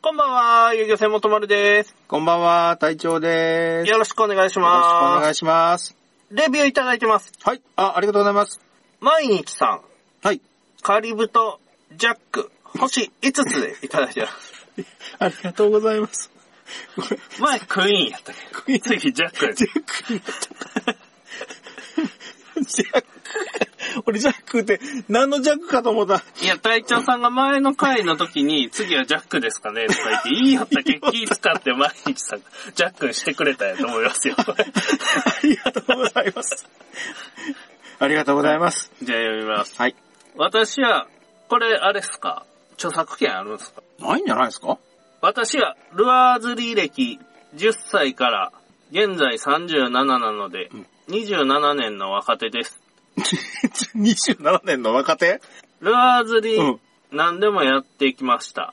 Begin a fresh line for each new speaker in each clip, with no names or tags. こんばんは、遊漁船元丸です。
こんばんは、隊長です。
よ
よ
ろしくお願いし
ろしくお
ま
願いします。
す。レビューいただいてます。
はい。あ、ありがとうございます。
毎日さん、
はい。
カリブト、ジャック、星5つでいただいてます。
ありがとうございます。
前クイーンやったけど。
クイーン
次ジャックや
ジャックになっちゃった。ジャック。俺ジャックって何のジャックかと思った。
いや、隊長さんが前の回の時に、次はジャックですかねとか 言って、いいよったけ、気使って毎日さんが、ジャックしてくれたやと思い ますよ。
ありがとうございます。ありがとうございます。
じゃあ読みます。
はい。
私は、これ、あれっすか著作権あるんすか
ないんじゃないですか
私は、ルアー釣り歴10歳から、現在37なので、27年の若手です。
?27 年の若手
ルアー釣
う
り
ん、
何でもやってきました。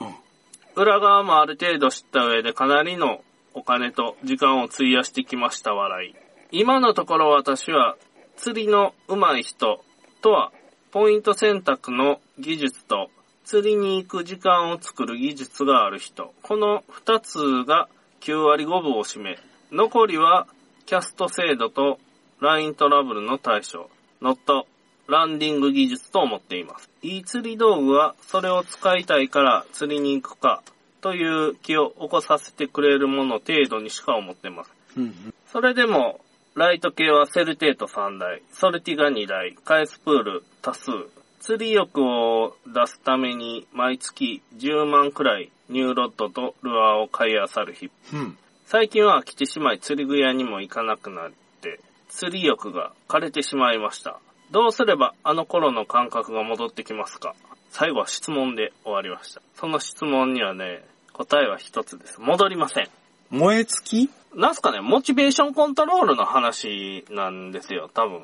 裏側もある程度知った上でかなりのお金と時間を費やしてきました笑い。今のところ私は釣りの上手い人とはポイント選択の技術と釣りに行く時間を作る技術がある人。この2つが9割5分を占め、残りはキャスト制度とライントラブルの対処、ノットランディング技術と思っています。いい釣り道具はそれを使いたいから釣りに行くかという気を起こさせてくれるもの程度にしか思ってます。
うん。
それでも、ライト系はセルテート3台、ソルティガ2台、カエスプール多数。釣り欲を出すために毎月10万くらいニューロッドとルアーを買い漁る日々
うん。
最近は飽きてしまい釣り具屋にも行かなくなって、釣り欲が枯れてしまいました。どうすればあの頃の感覚が戻ってきますか最後は質問で終わりました。その質問にはね、答えは一つです。戻りません。
燃え尽き
なんすかね、モチベーションコントロールの話なんですよ、多分。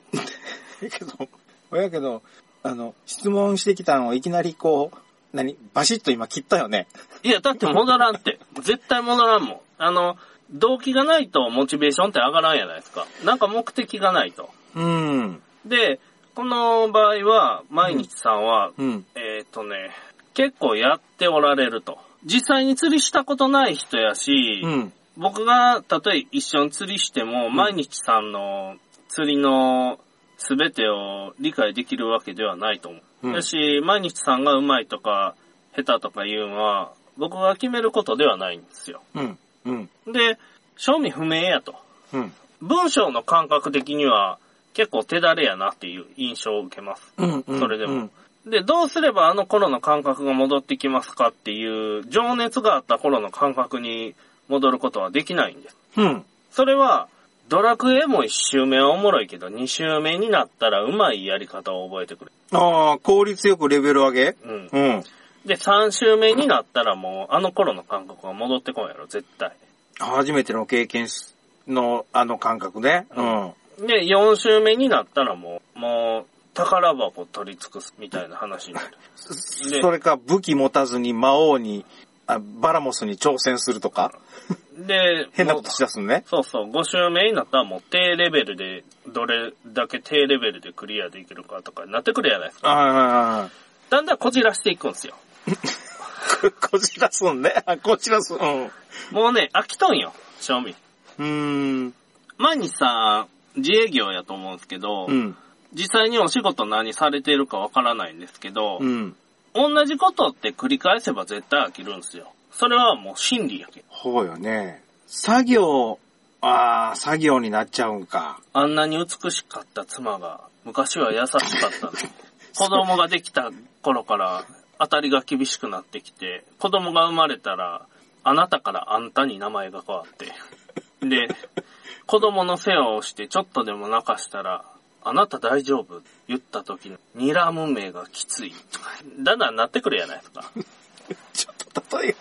やけど、やけど、あの、質問してきたのをいきなりこう、何バシッと今切ったよね。
いや、だって戻らんって。絶対戻らんもん。あの、動機がないとモチベーションって上がらんやないですか。なんか目的がないと。
うん。
で、この場合は、毎日さんは、
うん。
えっ、とね、結構やっておられると。実際に釣りしたことない人やし、
うん。
僕がたとえ一緒に釣りしても、毎日さんの釣りの全てを理解できるわけではないと思う。
うん
だし、毎日さんがうまいとか、下手とかいうのは、僕が決めることではないんですよ。
うん。うん。
で、賞味不明やと。
うん。
文章の感覚的には、結構手だれやなっていう印象を受けます。
うん。
それでも
うん。
で、どうすればあの頃の感覚が戻ってきますかっていう、情熱があった頃の感覚に戻ることはできないんです。
うん。
それは、ドラクエも1周目はおもろいけど、2周目になったらうまいやり方を覚えてくれ。
ああ、効率よくレベル上げ
うん。
うん。
で、3周目になったらもう、あの頃の感覚が戻ってこんやろ、絶対。
初めての経験しの、あの感覚ね。うん。
で、4周目になったらもう、もう、宝箱取り尽くすみたいな話になる。で
それか、武器持たずに魔王に、あバラモスに挑戦するとか、
で、
変なことしだすのね。
そうそう、5周目になったらもう低レベルで、どれだけ低レベルでクリアできるかとかになってくるじゃないですか。
ああ、
だんだんこじらしていくんですよ。
こじらすんね。あこじらす。うん。う
もうね、飽きとんよ、正味。
ーん。
前にさ、自営業やと思うんですけど、
うん。
実際にお仕事何されてるかわからないんですけど、
うん。
同じことって繰り返せば絶対飽きるんですよ。それはもう真理やけん。
ほうよね。作業、ああ、作業になっちゃうんか。
あんなに美しかった妻が、昔は優しかったのに。子供ができた頃から、当たりが厳しくなってきて、子供が生まれたら、あなたからあんたに名前が変わって。で、子供の世話をしてちょっとでも泣かしたら、あなた大丈夫言った時の、睨む目がきつい。だんだんなってくるやないですか。
ちょっと例えが、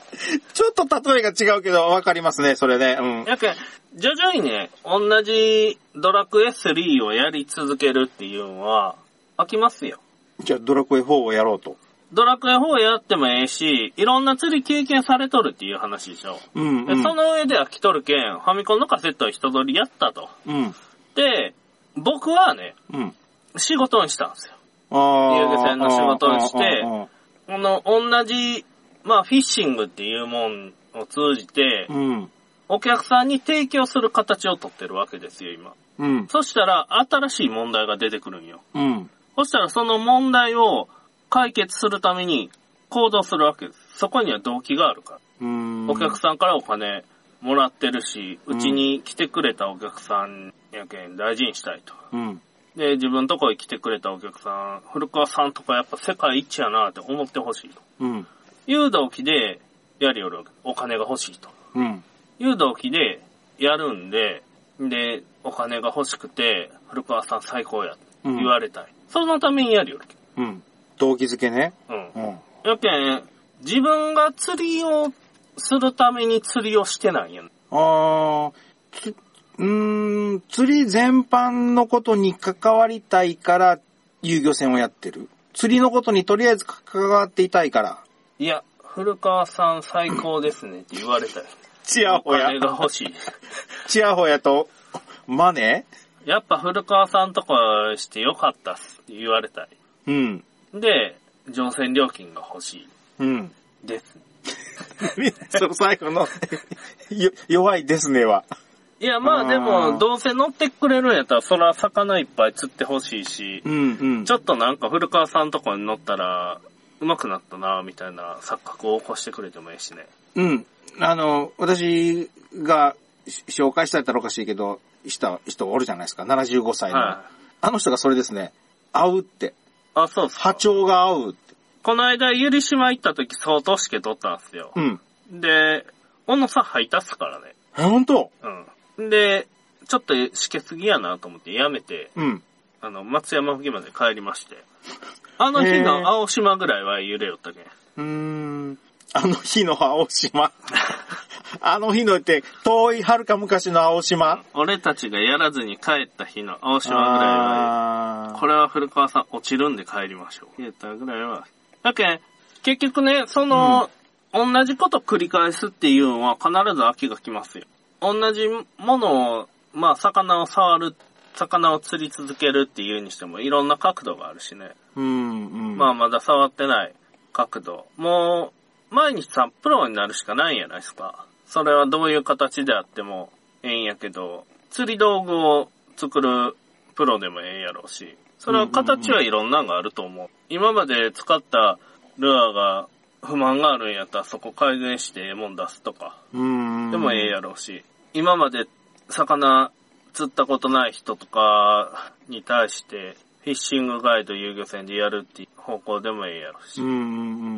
ちょっと例えが違うけど、わかりますね、それね。うん。
やけん、徐々にね、同じドラクエ3をやり続けるっていうのは、飽きますよ。
じゃあ、ドラクエ4をやろうと。
ドラクエ4やってもええし、いろんな釣り経験されとるっていう話でしょ。
うん、
で、その上で飽きとるけん、ファミコンのカセットを人取りやったと。
うん。
で、僕はね、
うん。
仕事にしたんですよ。
ああ。
遊漁船の仕事をして
うん
この、同じまあ、フィッシングっていうもんを通じて、
うん。
お客さんに提供する形をとってるわけですよ、今。
うん。
そしたら、新しい問題が出てくるんよ。
うん。
そしたら、その問題を解決するために行動するわけです。そこには動機があるから。
うん。
お客さんからお金もらってるし、
うん
うちに来てくれたお客さんやけん大事にしたいと。
ん。うん。
で、自分とこへ来てくれたお客さん、古川さんとかやっぱ世界一やなって思ってほしいと。
うん。
いう動機でやりよるわけお金が欲しいと。
うん。
いう動機でやるんで、で、お金が欲しくて、古川さん最高や、
うん。
言われたい。そのためにやるよる
うん。動機づけね。
けん。
うん。
うん。やけん、自分が釣りをするために釣りをしてないやん。
あーつ、うーん、釣り全般のことに関わりたいから遊漁船をやってる。釣りのことにとりあえず関わっていたいから。
いや、古川さん最高ですねって言われたい。
ちや
お金が欲しい。
ちやほやと、マネ
やっぱ古川さんとかしてよかったっすって言われたい。
うん。
で、乗船料金が欲しい
うん。
です。
その最後の、よ弱いですねは。
いや、ま
う
あ
ん
でも、どうせ乗ってくれるんやったら、そら魚いっぱい釣ってほしいし、
うんうん。
ちょっとなんか古川さんとかに乗ったら、上手くなったな、みたいな錯覚を起こしてくれてもいいしね。
うん。あの、私がし紹介したやったらおかしいけど、した人おるじゃないですか。75歳の。
はい。
あの人がそれですね。合うって。
あ、そうっすか
波長が合うって。
この間、ゆり島行った時、相当しけ取ったんすよ。
うん。
で、小野さん吐いたっすからね。
え、本当
うん。で、ちょっとしけすぎやなと思ってやめて、
うん。
あの、松山付近まで帰りまして。あの日の青島ぐらいは揺れよったけん。
うーん。あの日の青島。 あの日のって、遠い遥か昔の青島。
俺たちがやらずに帰った日の青島ぐらいは、
あ
これは古川さん落ちるんで帰りましょう。言ったぐらいは。だけん結局ね、その、同じこと繰り返すっていうのは必ず飽きが来ますよ。同じものを、まあ、魚を触る、魚を釣り続けるっていうにしても、いろんな角度があるしね。
れ。うん、うん。
まあ、まだ触ってない角度。もう、毎日さ、プロになるしかないんやないですか。それはどういう形であってもええんやけど、釣り道具を作るプロでもええやろうし、それは形はいろんなのがあると思う。今まで使ったルアーが不満があるんやったらそこ改善してええもん出すとか、
うん。
でもええやろうし、今まで魚釣ったことない人とかに対して、フィッシングガイド遊漁船でやるっていう方向でもええやろうし、
うん、うん、う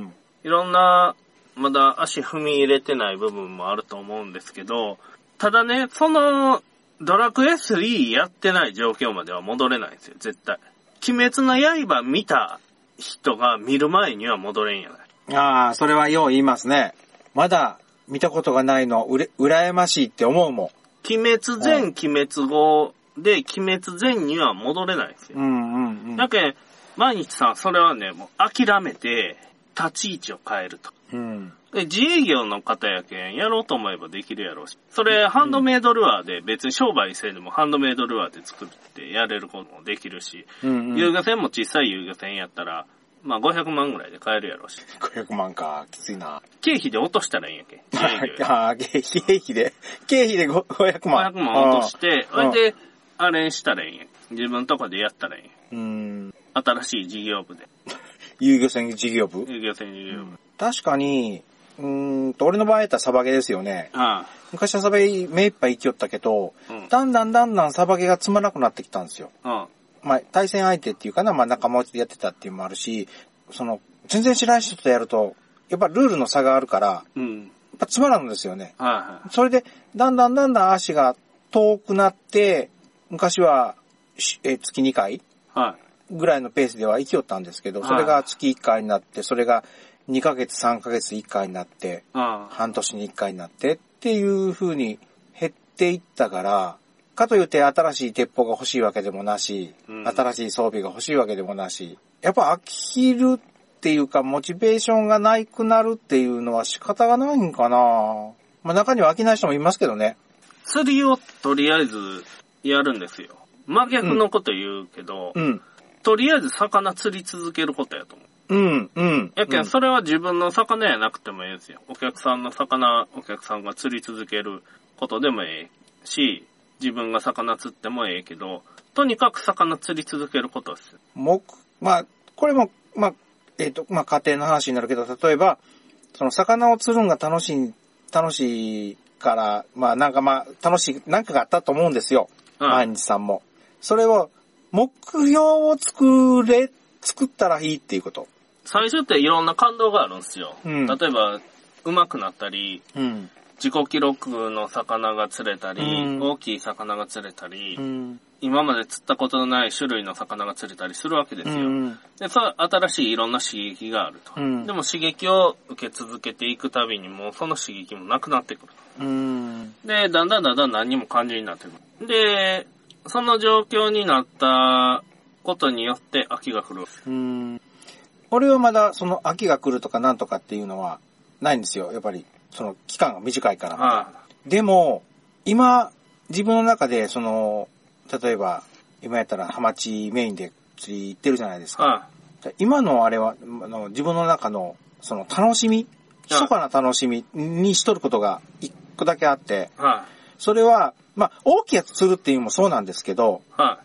ん。
いろんな、まだ足踏み入れてない部分もあると思うんですけど、ただね、その、ドラクエ3やってない状況までは戻れないんですよ、絶対。鬼滅の刃見た人が見る前には戻れんやない。
ああ、それはよう言いますね。まだ見たことがないの、うれ、羨ましいって思うも
鬼滅前、鬼滅後で、鬼滅前には戻れないんです
ん。
よ。
ん、うん、う
だけど、毎日さん、それはね、もう諦めて、立ち位置を変えると。
うん。
で、自営業の方やけん、やろうと思えばできるやろうし。それ、ハンドメイドルアーで、別に商売せんでもハンドメイドルアーで作ってやれることもできるし、
うん、う
遊
ん。
漁船も小さい遊漁船やったら、まあ500万ぐらいで買えるやろうし。
500万か、きついな。
経費で落としたらいいん やけん。自営業や
ああ、経費で、経費でご500万。
500万落として、
うん
それで、あれしたらいいんや。自分とこでやったらいいんや。
うん。
新しい事業部で。
遊漁船事業部
遊漁船事業部。
確かに、うーんと、俺の場合やったらサバゲですよね。
あ
昔はサバゲ目いっぱい生きよったけど、
あ、うん。
だんだんだんだんサバゲがつまらなくなってきたんですよ。
うん。
まあ、対戦相手っていうかな、まあ仲間内でやってたっていうのもあるし、その、全然知らない人とやると、やっぱルールの差があるから、や
うん。
っぱつまらんのですよね。
はいはい。
それで、だんだんだんだん足が遠くなって、昔は、しえ月2回
はい。
ぐらいのペースでは生きよったんですけど、
はい
それが月1回になって、それが2ヶ月、3ヶ月1回になって、
うん。
半年に1回になってっていう風に減っていったから、かといって新しい鉄砲が欲しいわけでもなし、
うん
新しい装備が欲しいわけでもなし、やっぱ飽きるっていうか、モチベーションがないくなるっていうのは仕方がないんかなまあ中には飽きない人もいますけどね。
釣りをとりあえずやるんですよ。真逆のこと言うけど、
うん。
とりあえず魚釣り続けることやと思う。
ううん、うん。
やけ
うん
ん、それは自分の魚やなくてもええんすよ。お客さんの魚、お客さんが釣り続けることでもええし、自分が魚釣ってもええけど、とにかく魚釣り続けることです。
目、まあ、これも、まあ、えっ、と、まあ、家庭の話になるけど、例えば、その魚を釣るんが楽しい、楽しいから、まあ、なんかまあ、楽しい、なんかがあったと思うんですよ。
は
毎
い。
日さんも。それを、目標を作れ、作ったらいいっていうこと。
最初っていろんな感動があるんですよ。
うん
例えば、上手くなったり、
うん。
自己記録の魚が釣れたり、
うん
大きい魚が釣れたり、
うん。
今まで釣ったことのない種類の魚が釣れたりするわけです
う
よ。
ん。
で、さ、新しいいろんな刺激があると。
うん
でも刺激を受け続けていくたびにもうその刺激もなくなってくる。
うん。
で、だんだんだんだん何にも感じになってくる。で、その状況になったことによって秋が来る。
うん。俺はまだ、その、秋が来るとかなんとかっていうのは、ないんですよ。やっぱり、その、期間が短いから。
は
でも、今、自分の中で、その、例えば、今やったらハマチメインで釣り行ってるじゃないです
い。
か。
は
今のあれは、あの自分の中の、その、楽しみ、
はい
密かな楽しみにしとることが一個だけあって、
い。は
それは、まあ、大きいやつ釣るっていうのもそうなんですけど、
い。はい。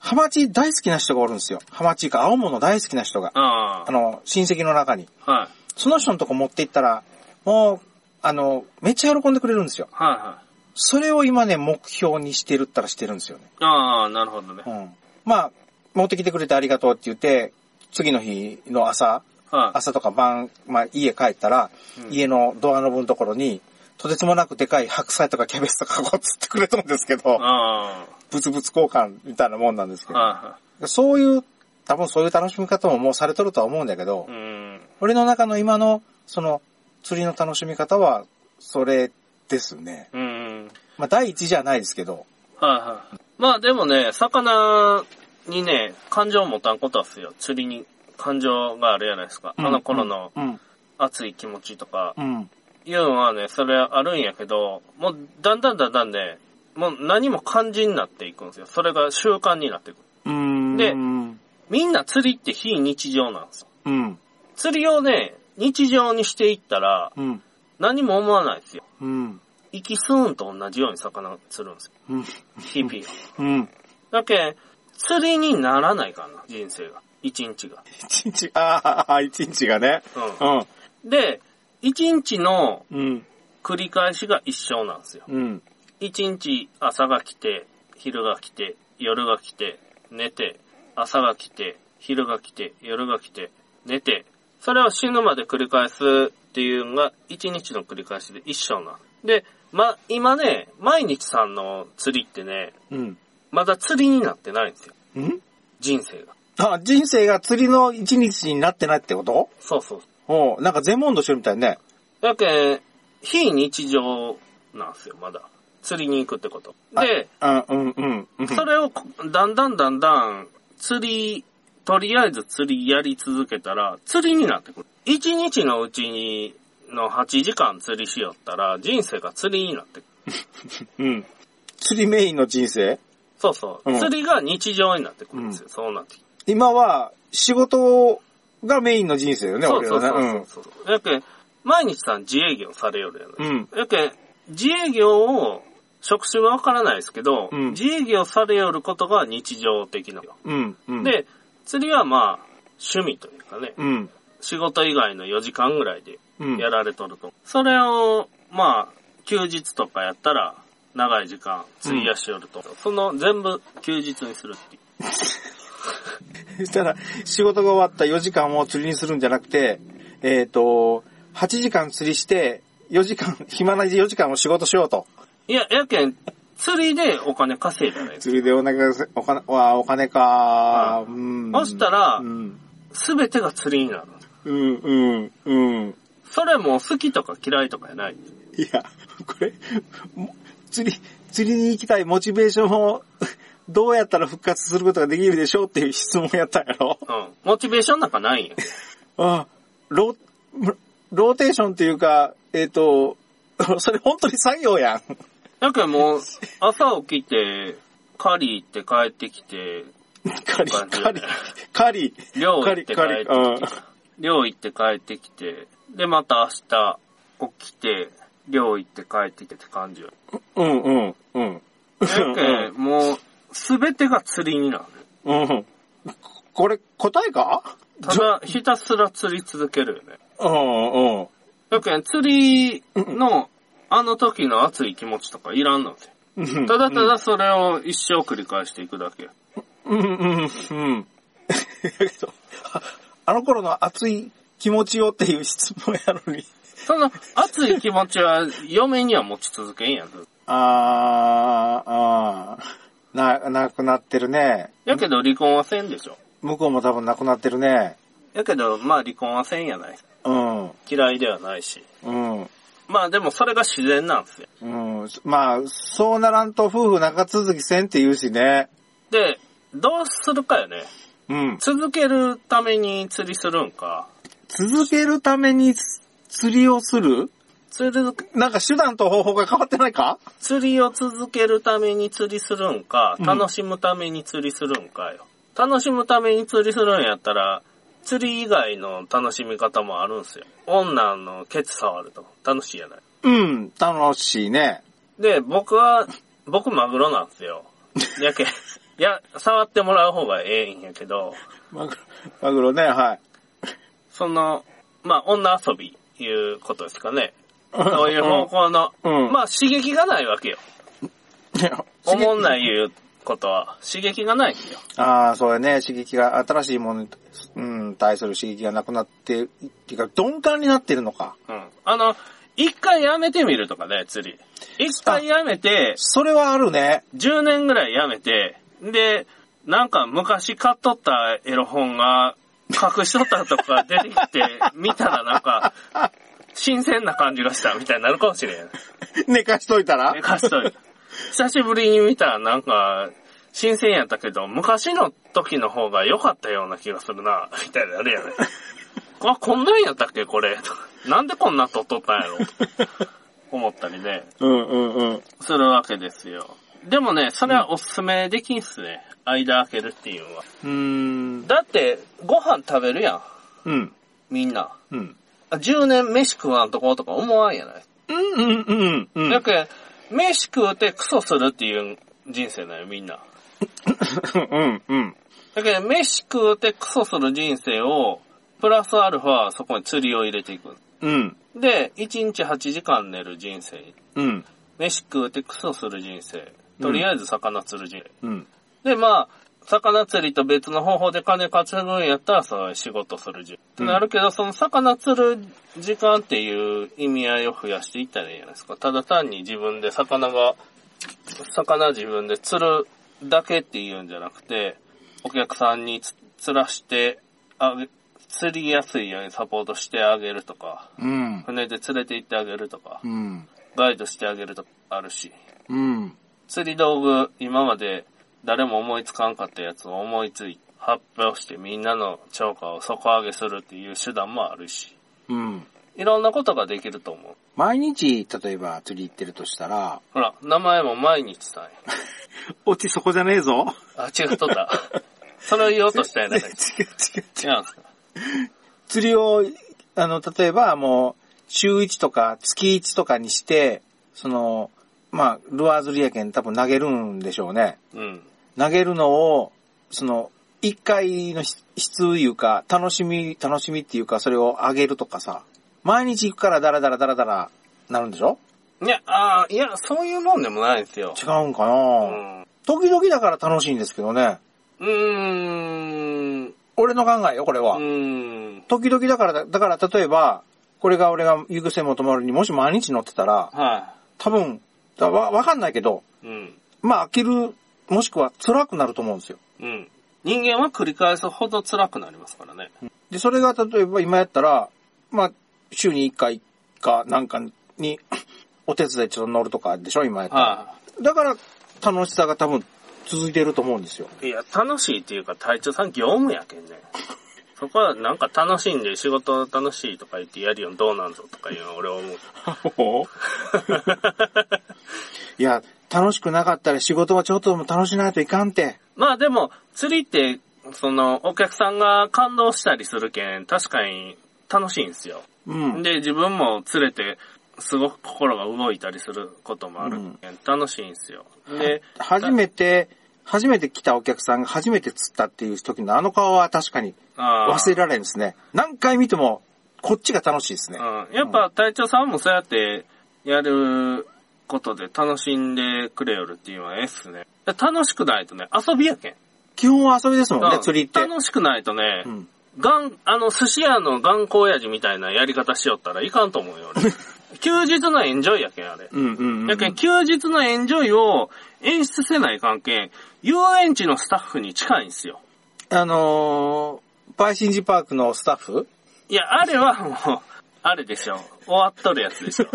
ハマチ大好きな人がおるんですよ。ハマチか青物大好きな人が。
あ
あの、親戚の中に。
あ。はい。
その人のとこ持って行ったら、もう、あの、めっちゃ喜んでくれるんですよ。
はいは
それを今ね、目標にしてるったらしてるんですよね。
い。ああ、なるほどね
う。ん。まあ、持ってきてくれてありがとうって言って、次の日の朝、
はい。
朝とか晩、まあ家帰ったら、
うん
家のドアノブのところに、とてつもなくでかい白菜とかキャベツとかこう釣ってくれたんですけど、
あ
ブツブツ交換みたいなもんなんです
あ。
けど、
は
そういう、多分そういう楽しみ方ももうされとるとは思うんだけど
いはい。う、ん。
俺の中の今の、その、釣りの楽しみ方は、それですね。
うん。はい
まあ第一じゃないですけど、
はい。まあでもね、魚にね、感情を持たんことはっすよ。釣りに感情があるじゃないですか。あの頃の
うん、
熱い気持ちとか、
うん、
いうのはね、それはあるんやけど、もうだんだんだんだんね、もう何も感じになっていくんですよ。それが習慣になっていくる。
うん。
で
うん、
みんな釣りって非日常なんですよ。
うん、
釣りをね、日常にしていったら、
うん。
何も思わないですよ。
うん。
生きすーんと同じように魚釣るんですよ。
うん。
日々が。
うん。
だけん釣りにならないからな、人生が。一日が。
一日、ああ、一日がね。うん。
うん。で、一日の
うん。
繰り返しが一生なんですよ。
うん。
一日朝が来て、昼が来て、夜が来て、寝て、朝が来て、昼が来て、夜が来て、寝て、それを死ぬまで繰り返すっていうのが一日の繰り返しで一生なの。で、ま、今ね、毎日さんの釣りってね、
うん。
まだ釣りになってないんですよ。
うん
人生が。
あ、人生が釣りの一日になってないってこと
そうそう。
おうなんか全問答してるみたいね。
だけん非日常なんですよ、まだ。釣りに行くってこと。で、
あ、うん、うん、うん。
それをこだんだんだんだん釣り、とりあえず釣りやり続けたら釣りになってくる。一日のうちにの8時間釣りしよったら人生が釣りになってくる。
うん。釣りメインの人生
そうそう。
うん
釣りが日常になってくるんですよ。そうなってきて。
今は、仕事がメインの人生よね、
そう
俺
そうそ
は
う
ね。
そうそう。やけん、毎日さん自営業されよるやないです
うん
か。やけん、自営業を、職種はわからないですけど、
うん
自営業されよることが日常的なの。
うん。うん。うん、
で、釣りはまあ、趣味というかね、
うん。
仕事以外の4時間ぐらいで
うん。
やられとると。それを、まあ、休日とかやったら、長い時間費やしよると。その全部休日にするっていう。
そしたら、仕事が終わった4時間を釣りにするんじゃなくて、えっ、と、8時間釣りして、4時間、 暇な4時間を仕事しようと。
いや、やけん、釣りでお金稼いだらいいです。
釣りでお金がせ、お金、わあお金か、
う
うん。
そしたら
うん、
すべてが釣りになる。
うん、うん、うん。
それも好きとか嫌いとかやない。
いや、これ、も釣り、釣りに行きたいモチベーションを、 どうやったら復活することができるでしょうっていう質問やったんやろ
うん。モチベーションなんか ないんや。
あロー、ローテーションっていうか、えっ、と、 それ本当に作業やん。
やけんもう、朝起きて、狩り行って帰ってきて、
カリ、
感じ
カリ、カリ、
漁
カ
行っ
リ、
て帰
カ
っ
リ、
てきて、寮行って帰ってきて、で、また明日起きて、寮行って帰ってきてって感じよ。
うんうんうん。
なんかねもう、すべてが釣りになる。
うん。これ、答えか
ただ、ひたすら釣り続けるよね。
うんうん。
だけど、釣りの、あの時の熱い気持ちとかいらんので。
うん
ただただそれを一生繰り返していくだけ。
うんうんうん。 だけど、ああの頃の熱い気持ちをっていう質問やのに。
その、熱い気持ちは、嫁には持ち続けんやん。
あー、あー、な、なくなってるね。
やけど、離婚はせんでしょ。
向こうも多分なくなってるね。
やけど、まあ、離婚はせんやない。
うん、
嫌いではないし。
うん。
まあ、でも、それが自然なんですよ。
うん、まあ、そうならんと夫婦長続きせんって言うしね。
で、どうするかよね。
うん。
続けるために釣りするんか。
続けるためにつ釣りをする
釣る
なんか手段と方法が変わってないか
釣りを続けるために釣りするんか、
うん
楽しむために釣りするんかよ。楽しむために釣りするんやったら、釣り以外の楽しみ方もあるんすよ。女のケツ触ると楽しいやない。
うん、楽しいね。
で、僕は、僕マグロなんですよ。やけ、い や、触ってもらう方がええんやけど、
マグロ、マグロね、はい。
その、まあ、女遊びいうことですかね。そういう方向の、
うん
まあ刺激がないわけよ。おもんないいうことは刺激がないんですよ。
ああ、そうやね。刺激が、新しいものに、うん、対する刺激がなくなって、っていうか、鈍感になってるのか。
うん。あの、一回やめてみるとかね、釣り。一回やめて、
それはあるね。
10年ぐらいやめて、で、なんか昔買っとったエロ本が隠しとったとか出てきて、見たらなんか、新鮮な感じがしたみたいになるかもしれん。
寝かしといたら
寝かしといて。久しぶりに見たらなんか、新鮮やったけど、昔の時の方が良かったような気がするな、みたいなあれやね。あ、こんなんやったっけこれ。とかなんでこんなん撮っとったんやろ思ったりね、
うんうんうん。
するわけですよ。でもね、それはおすすめできんっすね。間開けるっていうのは。
うーん。
だって、ご飯食べるやん。
うん。
みんな。
うん。
あ10年飯食わんとことか思わんやない。
うんうんうんうん。
だけど、飯食うてクソするっていう人生だよ、みんな。
うんうん。
だけど、飯食うてクソする人生を、プラスアルファ、そこに釣りを入れていく。
うん。
で、1日8時間寝る人生。
うん。
飯食うてクソする人生。とりあえず魚釣る人生。
うん。
で、まあ、魚釣りと別の方法で金稼ぐんやったら、その仕事する時間。ってなるけど、その魚釣る時間っていう意味合いを増やしていったらいいじゃないですか。ただ単に自分で魚が、魚自分で釣るだけっていうんじゃなくて、お客さんにつ釣らしてあげ、釣りやすいようにサポートしてあげるとか、
うん。
船で連れて行ってあげるとか
う、ん。
ガイドしてあげるとかあるし。
うん。
釣り道具、今まで誰も思いつかんかったやつを思いつい発表してみんなの超過を底上げするっていう手段もあるし、
うん。
いろんなことができると思う。
毎日、例えば釣り行ってるとしたら、
ほら、名前も毎日さんや。
オチそこじゃねえぞ。
あ、違っと った。それを言おうとしたやないか。
違う違う。
違うんですか。
釣りを、あの、例えばもう、週1とか月1とかにして、その、まあ、ルアー釣りやけん多分投げるんでしょうね。
うん。
投げるのを、その、一回の質質いうか、楽しみ、楽しみっていうか、それを上げるとかさ、毎日行くからダラダラダラダラなるんでしょ
いや、あーいや、そういうもんでもないんですよ。
違うんか
う
な、
ん。う
時々だから楽しいんですけどね。
ーん。う
俺の考えよ、これは。
ーん。
時々だからだ、だから例えば、これが俺が行くせも止まるにもし毎日乗ってたら、
は
多分、だわ、わかんないけど、
い。うん。
まあ飽きる、もしくは辛くなると思うんですよ。
うん。人間は繰り返すほど辛くなりますからね。
で、それが例えば今やったら、まあ、週に1回かなんかに、 お手伝いちょっと乗るとかでしょ、今やったら。
はい。
だから、楽しさが多分続いてると思うんですよ。
いや、楽しいっていうか、隊長さん業務やけん ね。そこはなんか楽しんで仕事楽しいとか言ってやるよ、どうなんぞとかいうのは俺は 思う。
いや、楽しくなかったら仕事はちょっとでも楽しないといかんって。
まあでも、釣りって、その、お客さんが感動したりするけん、確かに楽しいんですよ。
うん。
で、自分も連れて、すごく心が動いたりすることもあるけん、楽しいんですよ。 で、
初めて、初めて来たお客さんが初めて釣ったっていう時のあの顔は確かに
あー
忘れられんですね。何回見ても、こっちが楽しいですね。
うんやっぱ隊長さんもそうやってやることで楽しんでくれよるっていうのはええっすね。楽しくないとね、遊びやけん。
基本は遊びですもんね
う、ん
釣りって。
楽しくないとね、
うん。
がん、あの、寿司屋の頑固親父みたいなやり方しよったらいかんと思うよ、 俺休日のエンジョイやけん、あれ。
うんうんうん。
やけん、休日のエンジョイを演出せない関係、遊園地のスタッフに近いんすよ。
あのー、バイシンジパークのスタッフ
いや、あれはもう、あれでしょ。終わっとるやつでしょ。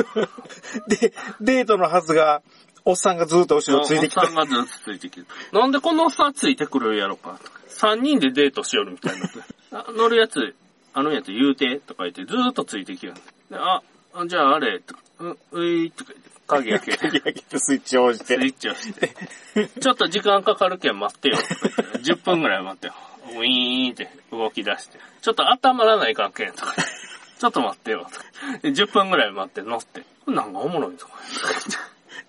で、デートのはずが、おっさんがずっと後ろついてき
おっ
た
さん。がずっとついてきて。なんでこのおっさんついてくるやろか。三人でデートしよるみたいに なって。あ乗るやつ、あのやつ言うて、とか言って、ずーっとついてきよる。であ、あじゃああれ、とか、う、うい、とか言って、鍵開けて、
鍵開けて スイッチを押し
ス
て。
イッチをして。ちょっと時間かかるけん待って よ。とか言って10分ぐらい待ってよ。ウィーンって動き出して。ちょっと温まらないかんけん、 とか言って。ちょっと待ってよ。とかで10分ぐらい待って乗って。これなんかおもろいとか言って。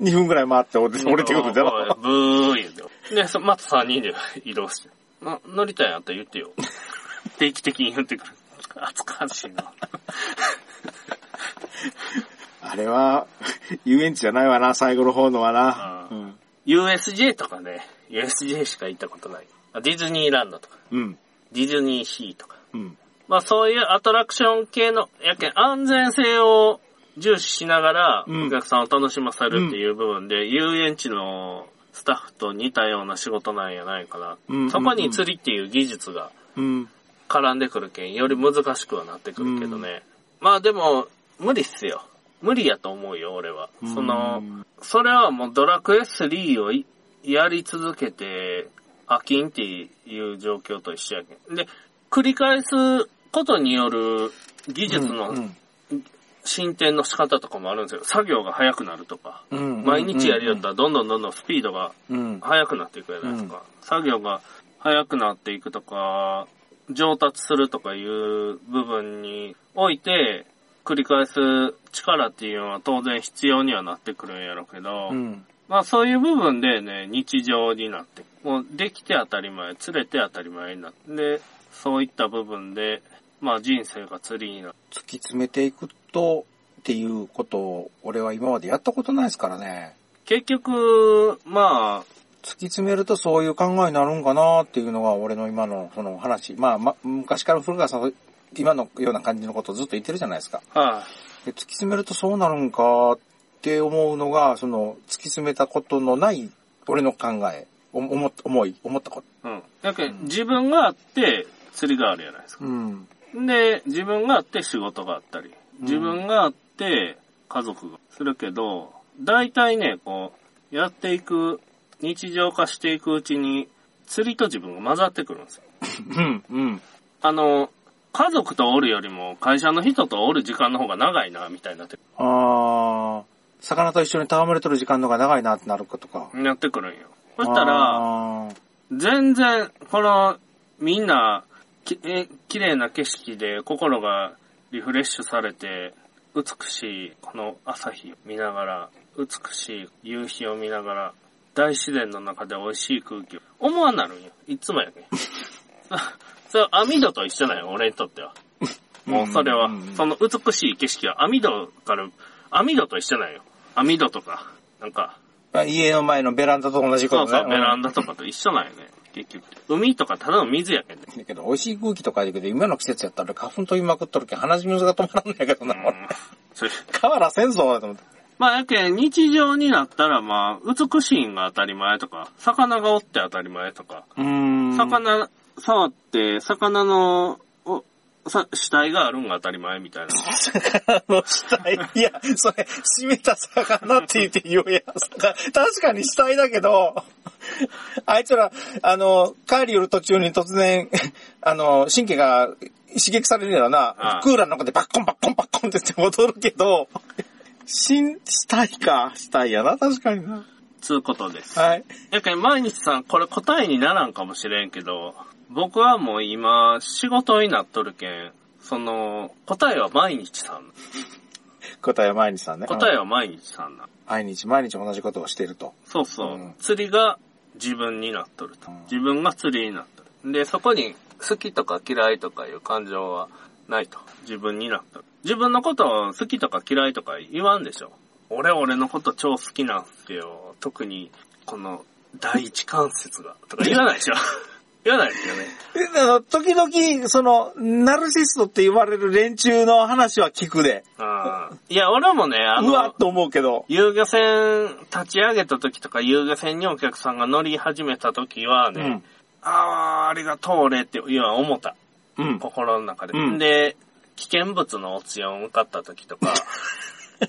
2分ぐらい回って折れ折れてくるだ
おい
ろ。
ブー言うてよ。で、そまた3人で移動して。な、乗りたいなって言 ってよ。定期的に言ってくる。懐かしいな。
あれは、遊園地じゃないわな、最後の方のはな。
う
うんん。
USJ とかね、USJ しか行ったことない。あディズニーランドとか、
うん。
ディズニーシーとか。
うん。
まあそういうアトラクション系の、やけん安全性を重視しながら、
うん
お客さんを楽しませるっていう部分で、遊園地のスタッフと似たような仕事なんやないかな。
うんうんうん
そこに釣りっていう技術が
うん。
絡んでくるけん、より難しくはなってくるけどね。まあでも、無理っすよ。無理やと思うよ、俺は。その、それはもうドラクエ3をいやり続けて、飽きんっていう状況と一緒やけん。で、繰り返すことによる技術
う
の
ん
進展の仕方とかもあるんですよ。作業が早くなるとか。
うん
毎日やりよったらどんどんどんどんスピードが
うん。
早くなっていくじゃないですか。作業が早くなっていくとか、上達するとかいう部分において、繰り返す力っていうのは当然必要にはなってくるんやろうけど、
うん。
まあそういう部分でね、日常になって、もうできて当たり前、釣れて当たり前になって、で、そういった部分で、まあ人生が釣りになる。
突き詰めていくと、っていうことを、俺は今までやったことないですからね。
結局、まあ、
突き詰めるとそういう考えになるんかなっていうのが俺の今のその話。まあ、ま、昔から古川さんは今のような感じのことをずっと言ってるじゃないですか。
はい、
で突き詰めるとそうなるんかって思うのが、その突き詰めたことのない俺の考え、お思っ思い、思ったこと。
うん。だけど自分があって釣りがあるじゃないですか。
うん。
で、自分があって仕事があったり、自分があって家族がするけど、大体ね、こう、やっていく、日常化していくうちに、釣りと自分が混ざってくるんですよ。
うん、うん。
あの、家族とおるよりも会社の人とおる時間の方が長いな、みたいになって、
あー、魚と一緒に戯れとる時間の方が長いなってなることか。
なってくるんよ。そしたら、
あー
全然、この、みんな、き、え、綺麗な景色で心がリフレッシュされて、美しいこの朝日を見ながら、美しい夕日を見ながら、大自然の中で美味しい空気を、思わんなるんよ。いつもやけん。 それは網戸と一緒なんよ、俺にとっては。もうそれは
うんうんうん、
その美しい景色は網戸から、網戸と一緒なんよ。網戸とか、なんか、
まあ家の前のベランダと同じこ
そう
とね。
そう、ベランダとかと一緒なんよね、結局。海とかただの水やけんね。
うんだけど、美味しい空気とかやけど、今の季節やったら花粉飛びまくっとるけん、鼻水が止まらんないけどな、
う
俺
ん そう
河原せんぞ、と思って。
まあ、やけん日常になったら、まあ、美しいんが当たり前とか、魚がおって当たり前とか、
うん
魚、触って、魚の、おさ死体があるんが当たり前みたいな。
魚の死体。いや、それ、締めた魚って言って言うやつ。確かに死体だけど、あいつら、あの、帰り寄る途中に突然、あの、神経が刺激されるやろ
あ
な
あ、
クーラーの中でバッコンバッコンバッコンって言って戻るけど、死ん、死体か。死体やな、確かにな。
つうことです。
はい。
やけん毎日さん、これ答えにならんかもしれんけど、僕はもう今、仕事になっとるけん、その、答えは毎日さん。
答えは毎日さんね。
答え
は。
は毎日さんな。
毎日毎日同じことをしてると。
そうそう。
うん
釣りが自分になっとると
うん。
自分が釣りになっとる。で、そこに好きとか嫌いとかいう感情はないと。自分になっとる。自分のことを好きとか嫌いとか言わんでしょ。俺俺のこと超好きなんすよ。特に、この、第一関節が。とか言わないで しょ。言わないですよね。
えあの、時々、その、ナルシストって言われる連中の話は聞くで。
あーいや、俺もね、あ
うわ
の
っ、と思うけど。
遊漁船立ち上げた時とか遊漁船にお客さんが乗り始めた時はね、
うん。
ああ、ありがとう俺って、いや、思った。
うん。
心の中で。
うん
で、危険物の落ちを受かった時と か、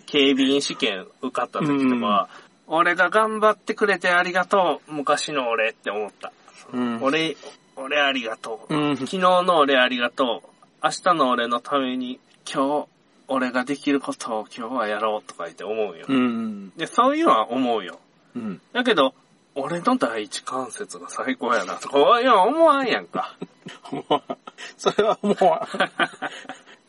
警備員試験受かった時とかは、俺が頑張ってくれてありがとう、昔の俺って思った。
うん
俺、俺ありがとう。
うん
昨日の俺ありがとう。明日の俺のために、今日、俺ができることを今日はやろうとか言って思うよ。
うん。
で、そういうのは思うよ。
うん。
だけど、俺の第一関節が最高やなとかは、いや、思わんやんか。
それはもう、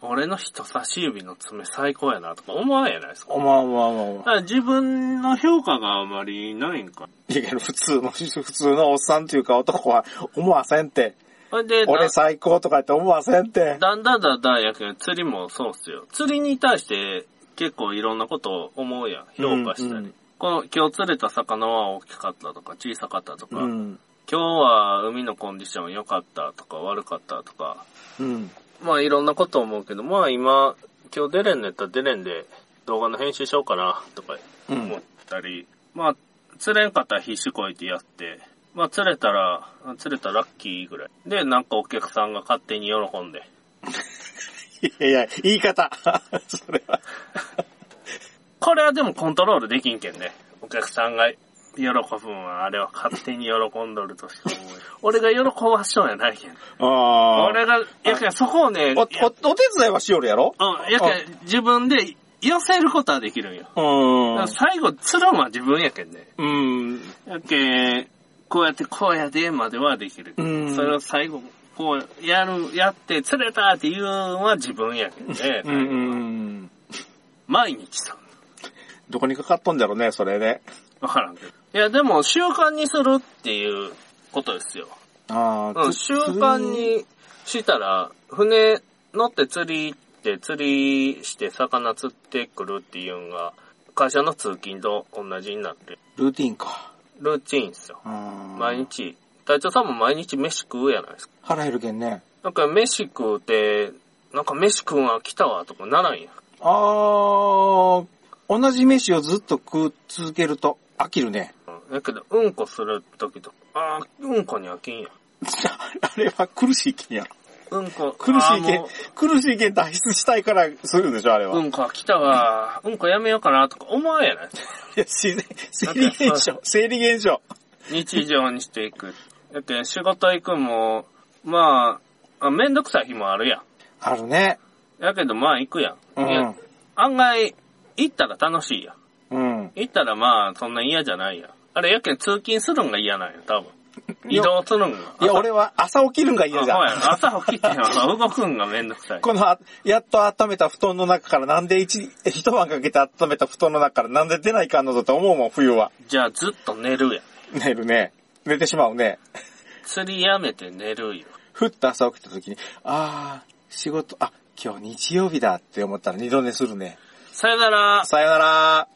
俺の人差し指の爪最高やなとか思わんやないですか。
おまあまあまあま
だから自分の評価があまりないんか。
あ。いや、普通の、普通のおっさんというか男は思わせんて。
ほいで、だ
俺最高とかって思わせんて。
だんだんだんだんやけど、釣りもそうっすよ。釣りに対して結構いろんなことを思うやん。評価したり。
うんうん
この今日釣れた魚は大きかったとか小さかったとか、
うん。
今日は海のコンディション良かったとか悪かったとか、
うん。
まあいろんなこと思うけど、まあ今、今日出れんのやったら出れんで動画の編集しようかなとか
う
思っ
ん。
たり、まあ、釣れんかったら必死こいてやって、まあ釣れたら、あ釣れたらラッキーぐらい。で、なんかお客さんが勝手に喜んで。
いやいや、言い方。それは。
これはでもコントロールできんけんね。お客さんが喜ぶんは、あれは勝手に喜んどるとしか思 えん俺が喜ばしそうやないけん。
あ
俺が、やけんそこをね、
お、お、お手伝いはしよるやろ
うん、やけん自分で寄せることはできるんよ。
う
だか
ん
ら。最後、釣るんは自分やけんね。
うん。
やけん、こうやってこうやでまではできる。
うん
それを最後、こうやる、やって釣れたっていうのは自分やけんね。
うんうん。
毎日さ。
どこにかかっとんじゃろうね、それね。
わからんけど。いや、でも習慣にするっていうことですよ。
あ
うん、習慣。にしたら、船乗って釣り行って、釣りして魚釣ってくるっていうのが、会社の通勤と同じになって、
ルーティンか。
ルーチンですよ。毎
毎。
日。隊長さんも毎日飯食うやないですか。
腹減るけんね。
なんか飯食うて、なんか飯食うんは来たわとかならんやん。
あー、同じ飯をずっと食う続けると飽きるね。
うんだけど、うんこするときとか、ああ、うんこに飽きんやん。
あれは苦しいけんやろ。
うんこ、
苦しいけ
あー
ん
も、
苦しいけん脱出したいからするんでしょ、あれは。
うう
い
んこは来たわ、うんこやめようかなとか思わんやない
や、自然、生理現象、生理現象。
日常にしていく。だって仕事行くんも、まあ、あめんどくさい日もあるやん。
あるね。
だけどまあ行くやん。
う
いや
ん。
案外、行ったら楽しいやん。
うん。
行ったらまあ、そんな嫌じゃないやん。あれやけん通勤するんが嫌なんや、多分。
い
移
や
動するんが。
いや、俺は朝起きるんが嫌じゃ
あ
ん。
そうや朝起きては動くんがめんどくさい。
このあ、やっと温めた布団の中からなんで一、一晩かけて温めた布団の中からなんで出ないかんのだと思うもん、冬は。
じゃあずっと寝るやん。
寝るね。寝てしまうね。
釣りやめて寝るよ。
ふっと朝起きた時に、あー、仕事、あ、今日日曜日だって思ったら二度寝するね。
さよなら。
さよなら